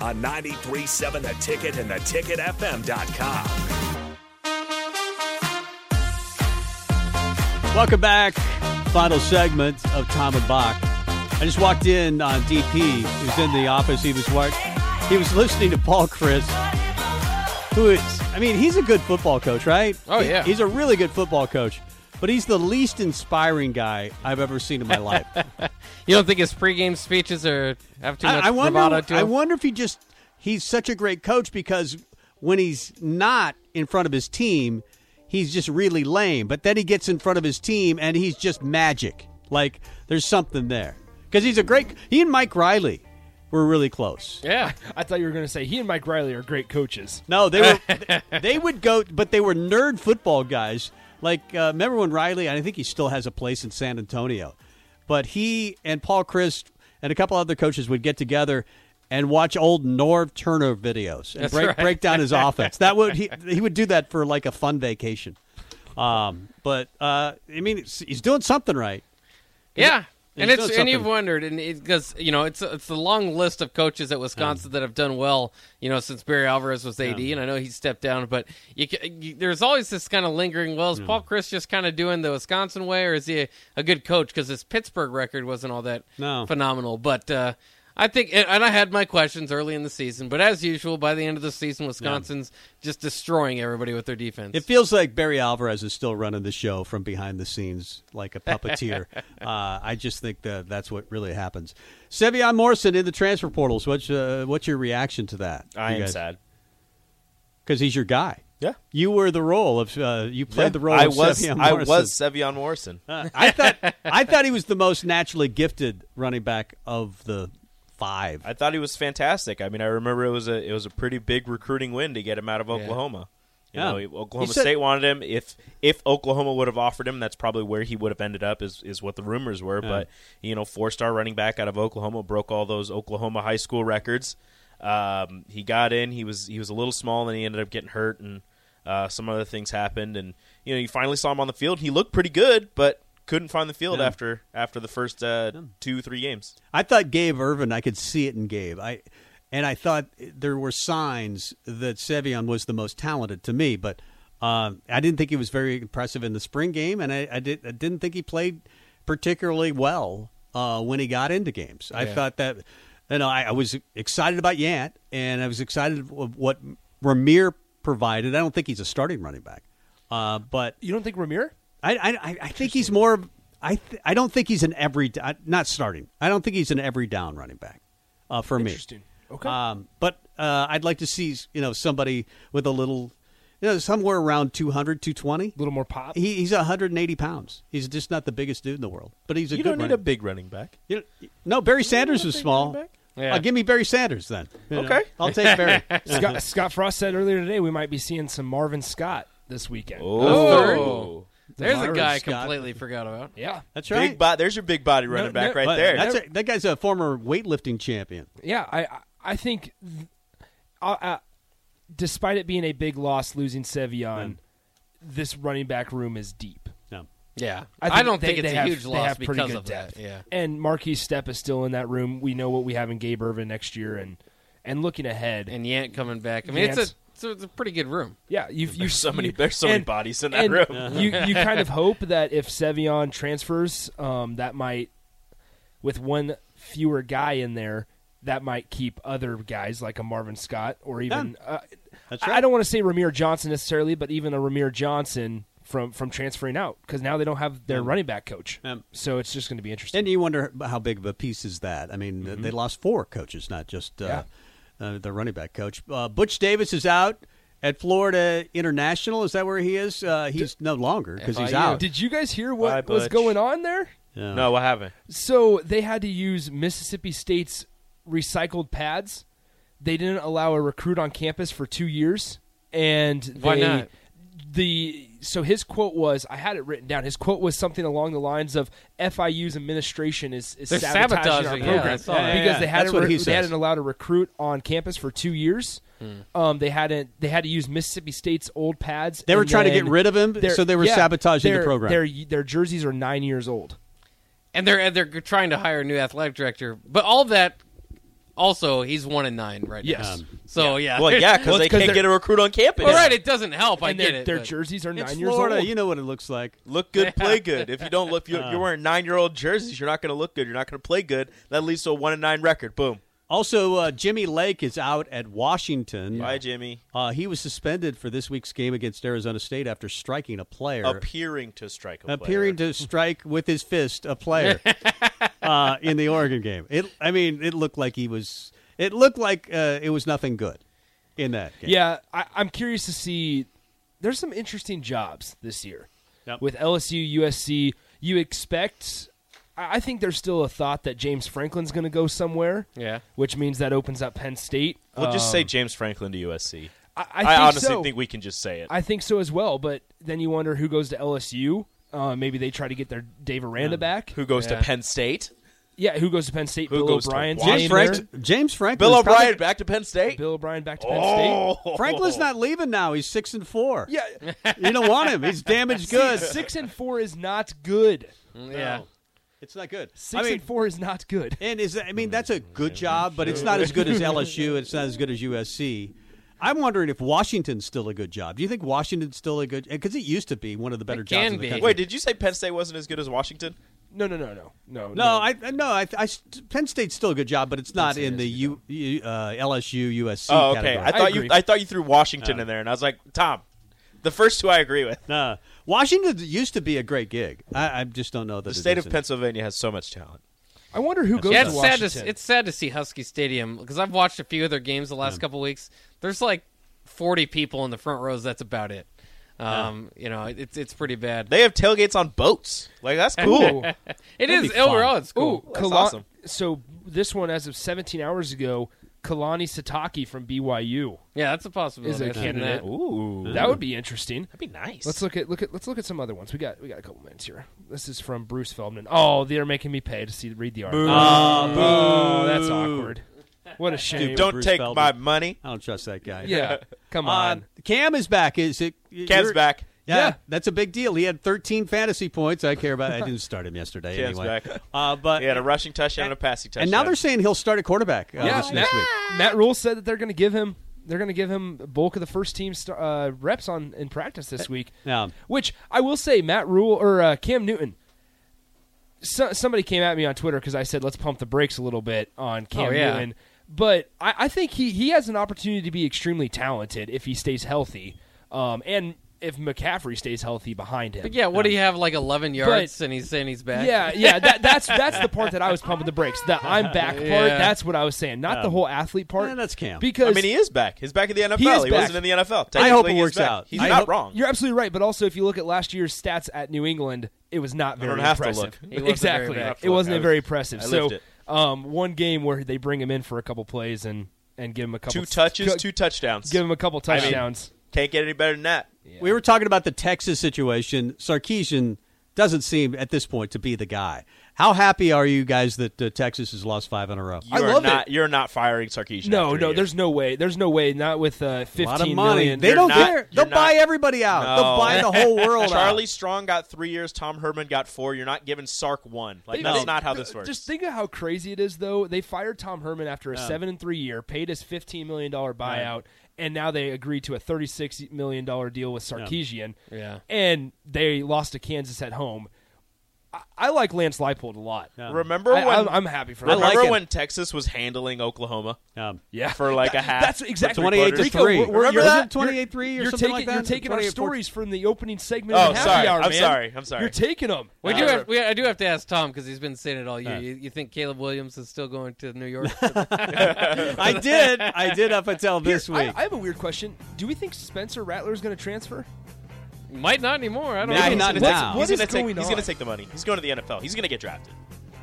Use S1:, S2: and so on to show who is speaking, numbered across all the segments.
S1: on 937 The Ticket and theticketfm.com.
S2: Welcome back. Final segment of Tom and Bach. I just walked in on DP. He was in the office. He was watch- He was listening to Paul Chris, who is, I mean, he's a good football coach, right?
S3: Oh,
S2: He-
S3: yeah.
S2: he's a really good football coach, but he's the least inspiring guy I've ever seen in my life.
S3: You don't think his pregame speeches are have too
S2: I,
S3: much
S2: I wonder.
S3: bravado to
S2: I
S3: him?
S2: wonder if he just he's such a great coach because when he's not in front of his team, he's just really lame. But then he gets in front of his team and he's just magic. Like there's something there because he's a great. He and Mike Riley were really close.
S3: yeah.
S4: I thought you were going to say he and Mike Riley are great coaches.
S2: No, they were. they would go, but they were nerd football guys. Like uh, remember when Riley? I think he still has a place in San Antonio, but he and Paul Christ and a couple other coaches would get together and watch old Norv Turner videos and break, break down his offense. That would he he would do that for like a fun vacation. Um, but uh, I mean, it's- he's doing something right.
S3: Yeah.
S2: He's
S3: And it's
S2: done
S3: and you've
S2: something.
S3: wondered, and because you know it's it's a long list of coaches at Wisconsin that have done well, you know, since Barry Alvarez was AD, and I know he stepped down, but you, ca- you, there's always this kind of lingering. Well, is Paul Chris just kind of doing the Wisconsin way, or is he a, a good coach? Because his Pittsburgh record wasn't all that
S2: No.
S3: phenomenal, but. uh I think, and and I had my questions early in the season, but as usual, by the end of the season, Wisconsin's just destroying everybody with their defense.
S2: It feels like Barry Alvarez is still running the show from behind the scenes like a puppeteer. uh, I just think that that's what really happens. Sevion Morrison in the transfer portals. What's uh, what's your reaction to that?
S4: I am sad.
S2: because he's your guy.
S5: Yeah.
S2: you were the role of uh, you played the role.
S5: I
S2: of
S5: was
S2: Savion
S5: I
S2: Morrison.
S5: was Sevion Morrison.
S2: Uh, I thought I thought he was the most naturally gifted running back of the five.
S5: I thought he was fantastic. I mean, I remember it was a it was a pretty big recruiting win to get him out of Oklahoma.
S2: Yeah.
S5: You know, Oklahoma
S2: He said-
S5: State wanted him. If if Oklahoma would have offered him, that's probably where he would have ended up. Is is what the rumors were. But you know, four star running back out of Oklahoma broke all those Oklahoma high school records. Um, he got in. He was he was a little small, and he ended up getting hurt, and uh, some other things happened. And you know, you finally saw him on the field. He looked pretty good, but couldn't find the field after after the first uh, two three games.
S2: I thought Gabe Irvin. I could see it in Gabe. I and I thought there were signs that Sevion was the most talented to me, but um, I didn't think he was very impressive in the spring game, and I, I, did, I didn't think he played particularly well uh, when he got into games. I thought that you know I, I was excited about Yant, and I was excited of what Ramir provided. I don't think he's a starting running back, uh, but
S4: You don't think Ramir?
S2: I, I, I- I think he's more. of- I th- I don't think he's an every I- not starting. I don't think he's an every down running back uh, for me.
S4: Interesting. Okay.
S2: Um, but uh, I'd like to see you know somebody with a little, you know, somewhere around 200, 220.
S4: A little more pop.
S2: He, he's 180 pounds. He's just not the biggest dude in the world, but he's a
S5: You
S2: good
S5: don't need
S2: running-
S5: a big running back.
S2: you know, no, Barry Sanders was small.
S3: Yeah.
S2: Uh, give me Barry Sanders then. You know,
S5: Okay.
S2: I'll take Barry.
S4: Scott, Scott Frost said earlier today we might be seeing some Marvin Scott this weekend.
S3: Oh. There's a
S4: Myron
S3: guy I
S4: Scott.
S3: completely forgot about.
S4: Yeah,
S2: That's right.
S5: Big body. There's your big body running
S4: No,
S5: back
S4: no,
S5: right
S2: But
S5: there.
S2: That's a, that guy's a former weightlifting champion.
S4: yeah. I I- I think, th- I, I, despite it being a big loss losing Sevion, this running back room is deep.
S2: No.
S3: Yeah, I, don't think it's a
S4: have-
S3: huge
S4: they
S3: loss
S4: have pretty
S3: because
S4: good
S3: of that.
S4: depth.
S3: Yeah,
S4: and Marquis Step is still in that room. We know what we have in Gabe Irvin next year, and and looking ahead,
S3: and Yant coming back. I mean, it's
S4: Yant's-
S3: a, it's a it's a pretty good room.
S4: yeah, you've you
S5: There's so many. There's so many
S4: and-
S5: bodies in that
S4: and
S5: room.
S4: you you kind of hope that if Sevion transfers, um, that might with one fewer guy in there, that might keep other guys like a Marvin Scott or even uh,
S2: That's
S4: I-
S2: right.
S4: I don't want to say Ramir Johnson necessarily, but even a Ramir Johnson from from transferring out because now they don't have their running back coach,
S2: Yeah.
S4: so it's just going to be interesting.
S2: And you wonder how big of a piece is that? I mean,
S4: Mm-hmm.
S2: they lost four coaches, not just uh, uh, the running back coach. Uh, Butch Davis is out at Florida International. Is that where he is? Uh, he's no longer because he's
S3: FIU.
S2: out.
S4: E Did you guys hear
S5: Bye,
S4: what was
S5: Butch.
S4: going on there?
S2: Yeah.
S5: No, what happened?
S4: So they had to use Mississippi State's recycled pads. They didn't allow a recruit on campus for two years, and
S3: Why
S4: they,
S3: not?
S4: The so his quote was I had it written down. His quote was something along the lines of FIU's administration is, is
S3: They're
S4: sabotaging, our
S3: sabotaging, yeah, I
S4: program
S3: saw that.
S4: because they
S2: Yeah,
S4: hadn't
S2: that's what
S4: re-
S2: he
S4: they hadn't
S2: says.
S4: allowed a recruit on campus for two years.
S3: Hmm.
S4: Um, they hadn't they had to use Mississippi State's old pads.
S2: They were
S4: and
S2: trying to get
S4: then
S2: rid of him,
S4: their-
S2: so they were
S4: yeah,
S2: sabotaging the
S4: their-
S2: program.
S4: Their their jerseys are nine years old.
S3: and they're and they're trying to hire a new athletic director. But all that, also, he's one in nine right
S4: Yes. Um,
S3: now. So yeah,
S5: Well, yeah, because
S4: Well,
S5: they
S4: it's 'cause
S5: can't
S4: they're-
S5: get a recruit on campus.
S3: All right, it doesn't help. I
S4: and
S3: get
S4: their,
S3: it.
S4: their
S3: but-
S4: jerseys are
S2: It's
S4: nine
S2: Florida.
S4: years old.
S2: You know what it looks like.
S5: Look good, play good. If you don't look, if you're, you're wearing nine-year-old jerseys, you're not going to look good. You're not going to play good. That leads to a one and nine record. Boom.
S2: Also, uh, Jimmy Lake is out at Washington.
S5: Bye, Jimmy.
S2: Uh, he was suspended for this week's game against Arizona State after striking a player,
S5: Appearing to strike a
S2: appearing to strike with his fist a player uh, in the Oregon game. It, I mean, it looked like he was. It looked like uh, it was nothing good in that game.
S4: Yeah, I, I'm curious to see. There's some interesting jobs this year
S2: Yep.
S4: with LSU, USC. You expect. I I think there's still a thought that James Franklin's going to go somewhere.
S3: Yeah.
S4: which means that opens up Penn State.
S5: We'll just
S4: Um,
S5: say James Franklin to USC.
S4: I, I,
S5: I,
S4: think
S5: honestly
S4: so.
S5: think we can just say it.
S4: I think so as well. But then you wonder who goes to LSU. Uh, maybe they try to get their Dave Aranda back.
S5: Who goes
S3: Yeah.
S5: to Penn State?
S4: yeah, who goes to Penn State?
S5: Who
S4: Bill
S5: goes to
S4: O'Brien's
S2: James,
S4: name
S2: Frank,
S4: there.
S2: James Franklin.
S5: Bill O'Brien back to Penn State.
S4: Bill O'Brien back to Penn State.
S5: Oh,
S2: Franklin's not leaving now. He's six and four.
S4: Yeah,
S2: you don't want him. He's damaged goods.
S4: six and four is not good.
S3: yeah.
S2: It's not good.
S4: Six
S2: I mean,
S4: and four is not good.
S2: And is that, I mean that's a good job, but it's not as good as LSU. It's not as good as USC. I'm wondering if Washington's still a good job. Do you think Washington's still a good? Because it used to be one of the better
S3: It
S2: jobs
S3: can
S2: in the
S3: be.
S2: country.
S5: Wait, did you say Penn State wasn't as good as Washington?
S4: No, no, no, no, no.
S2: no, I I- no, I, I Penn State's still a good job, but it's not in the U, U, uh, LSU USC.
S5: oh, okay.
S2: category.
S5: I thought you
S4: agree.
S5: I thought you threw Washington in there, and I was like, Tom, the first two I agree with.
S2: Nah. Washington used to be a great gig. I, I just don't know that
S5: The
S2: it
S5: state of
S2: isn't.
S5: Pennsylvania has so much talent.
S4: I wonder who goes
S3: Yeah,
S4: to
S3: it's sad
S4: Washington.
S3: to s- it's sad to see Husky Stadium because I've watched a few of their games the last couple weeks. There's like 40 people in the front rows. That's about it. Um, You know, it- it's it's pretty bad.
S5: They have tailgates on boats. Like that's cool.
S4: Ooh.
S3: it is
S2: be fun.
S3: overall it's cool.
S4: Ooh, Kala-
S5: awesome.
S4: So this one, as of 17 hours ago, Kalani Sataki from BYU.
S3: Yeah, that's a possibility.
S4: Is it a
S3: I've seen
S4: candidate?
S3: that.
S5: Ooh,
S4: That would be interesting.
S5: that'd be nice.
S4: Let's look at look at let's look at some other ones. We got we got a couple minutes here. This is from Bruce Feldman. Oh, they're making me pay to see read the article. Oh, that's awkward. What a shame.
S5: Dude, don't
S2: Bruce
S5: take
S2: Feldman. Uh,
S5: my money.
S2: I don't trust that guy.
S4: yeah, come
S2: Uh,
S4: on.
S2: Cam is back. Is it?
S5: Cam's
S2: you're-
S5: back.
S2: Yeah,
S4: Yeah.
S2: that's a big deal. He had 13 fantasy points. I care about. I didn't start him yesterday
S5: Cam's
S2: anyway.
S5: back.
S2: Uh, but
S5: He had a rushing touchdown and a passing touchdown.
S2: and now they're saying he'll start at quarterback. Uh,
S4: Yeah.
S2: this next week.
S4: Matt Rule said that they're going to give him they're going to give him bulk of the first team st- uh, reps on in practice this week.
S2: yeah.
S4: Which I will say, Matt Rule or uh, Cam Newton. So, somebody came at me on Twitter because I said let's pump the brakes a little bit on Cam
S3: Oh, yeah.
S4: Newton, but I, I think he he has an opportunity to be extremely talented if he stays healthy, um, and if McCaffrey stays healthy behind him.
S3: But yeah, what do you have like 11 yards and he's saying he's back?
S4: Yeah, yeah, that, that's that's the part that I was pumping the brakes. The I'm back part.
S3: Yeah.
S4: That's what I was saying, not the
S5: Um,
S4: whole athlete part.
S2: Yeah, that's Cam.
S4: Because
S5: I mean, he is back. He's back in the NFL. He,
S4: is back.
S5: wasn't in the
S2: I
S5: NFL.
S2: hope it
S5: Technically, he's
S2: works
S5: back.
S2: out.
S5: He's
S2: I
S5: not
S2: hope-
S5: wrong.
S4: You're absolutely right, but also if you look at last year's stats at New England, it was not very
S5: don't have to
S4: impressive.
S5: look. It
S3: wasn't
S4: exactly,
S3: very bad.
S4: it wasn't
S5: I
S4: very
S5: lived-
S4: impressive.
S5: I
S4: so,
S5: lived
S4: um, one game where they bring him in for a couple plays and and give him a couple
S5: Two touches,
S4: co-
S5: two touchdowns.
S4: give him a couple
S5: mean-
S4: touchdowns.
S5: Can't get any better than that.
S2: We were talking about the Texas situation. Sarkeesian doesn't seem at this point to be the guy. How happy are you guys that uh, Texas has lost five in a row?
S5: You are
S4: love it.
S5: not, You're not firing Sarkeesian.
S4: no,
S5: after a
S4: no,
S5: year.
S4: there's no way. There's no way. Not with uh,
S2: a lot of
S4: fifteen
S2: money.
S4: million.
S2: They
S5: You're
S2: don't
S5: not-
S2: care.
S5: you're
S2: Theyey'll buy
S5: not-
S2: everybody out. They'll
S5: No.
S2: buy the whole world
S5: Charlie
S2: out.
S5: Strong got three years. Tom Herman got four. You're not giving Sark one. Like
S4: They-
S5: that's
S4: they-
S5: not how
S4: th-
S5: this works.
S4: Just think of how crazy it is, though. They fired Tom Herman after a seven and three year, paid his fifteen million dollar buyout, and now they agreed to a thirty six million dollar deal with Sarkeesian.
S3: Yeah.
S4: and they lost to Kansas at home. I, I like Lance Leipold a lot.
S5: remember
S4: I,
S5: when?
S4: I'm, I'm happy for that.
S5: remember
S2: like it.
S5: when Texas was handling Oklahoma
S2: Um,
S4: yeah,
S5: for like a half.
S4: That's exactly
S2: 28 to
S4: Rico,
S2: 3.
S4: we're- we're-
S5: Remember
S4: you're-
S5: that?
S4: you're-
S2: 28-3 or
S4: you're
S2: something
S4: taking,
S2: like that?
S4: You're taking our
S2: 28-14.
S4: stories from the opening segment.
S5: Oh,
S4: of Happy
S5: sorry.
S4: Hour,
S5: I'm
S4: man.
S5: sorry. I'm sorry.
S4: You're taking Uh, them.
S3: We
S2: Uh,
S3: do have, we, I do have to ask Tom because he's been saying it all year. You, you think Caleb Williams is still going to New York?
S2: I did. I did up until this
S4: I,
S2: week.
S4: I have a weird question. Do we think Spencer Rattler is going to transfer?
S3: Might not anymore. I don't
S2: Maybe
S3: know.
S2: not
S5: he's
S2: now.
S5: He's
S4: What is
S5: gonna take,
S4: going
S5: He's
S4: on?
S5: gonna take the money. He's going to the NFL. He's going to get drafted.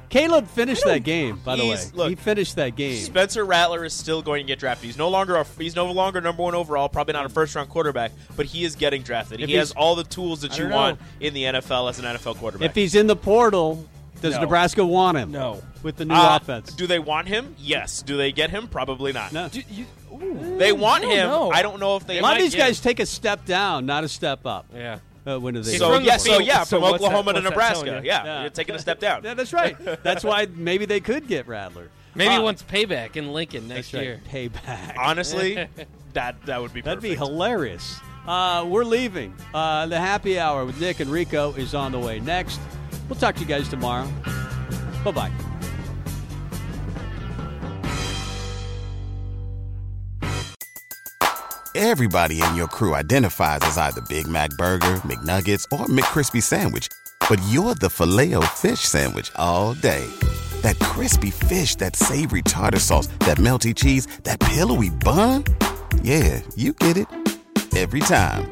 S2: Caleb finished that game, by the way.
S5: He's- look,
S2: he finished that game.
S5: Spencer Rattler is still going to get drafted. He's no longer a, he's no longer number one overall, probably not a first round quarterback, but he is getting drafted. He has all the tools that you
S4: don't know.
S5: want in the NFL as an NFL quarterback.
S2: if he's in the portal, does
S4: No.
S2: Nebraska want him?
S4: No.
S2: With the new
S5: Uh,
S2: offense.
S5: do they want him? Yes. Do they get him? Probably not.
S2: No.
S4: Do you, ooh.
S5: They want
S4: I don't
S5: him.
S4: know.
S5: I don't know if they.
S2: a lot
S5: might
S2: of these
S5: get him.
S2: guys take a step down, not a step up.
S3: Yeah.
S2: Uh, when do they?
S3: He's
S5: So
S3: from the
S5: yeah, so
S3: field.
S5: yeah,
S4: So
S5: from
S4: what's that-
S5: Oklahoma to
S4: what's that telling
S5: Nebraska.
S4: you?
S5: Yeah,
S2: Yeah.
S5: you're taking a step down.
S2: yeah, that's right. That's why maybe they could get Rattler.
S3: Maybe
S5: Ah.
S3: once payback in Lincoln next
S2: That's right.
S3: year. Ah,
S2: Payback.
S5: Honestly, that that would be
S2: That'd be
S5: perfect.
S2: hilarious. Uh, we're leaving. Uh, the happy hour with Nick and Rico is on the way next. We'll talk to you guys tomorrow. Bye bye.
S6: Everybody in your crew identifies as either Big Mac Burger, McNuggets, or McCrispy Sandwich. But you're the filet fish Sandwich all day. That crispy fish, that savory tartar sauce, that melty cheese, that pillowy bun. Yeah, you get it. Every time.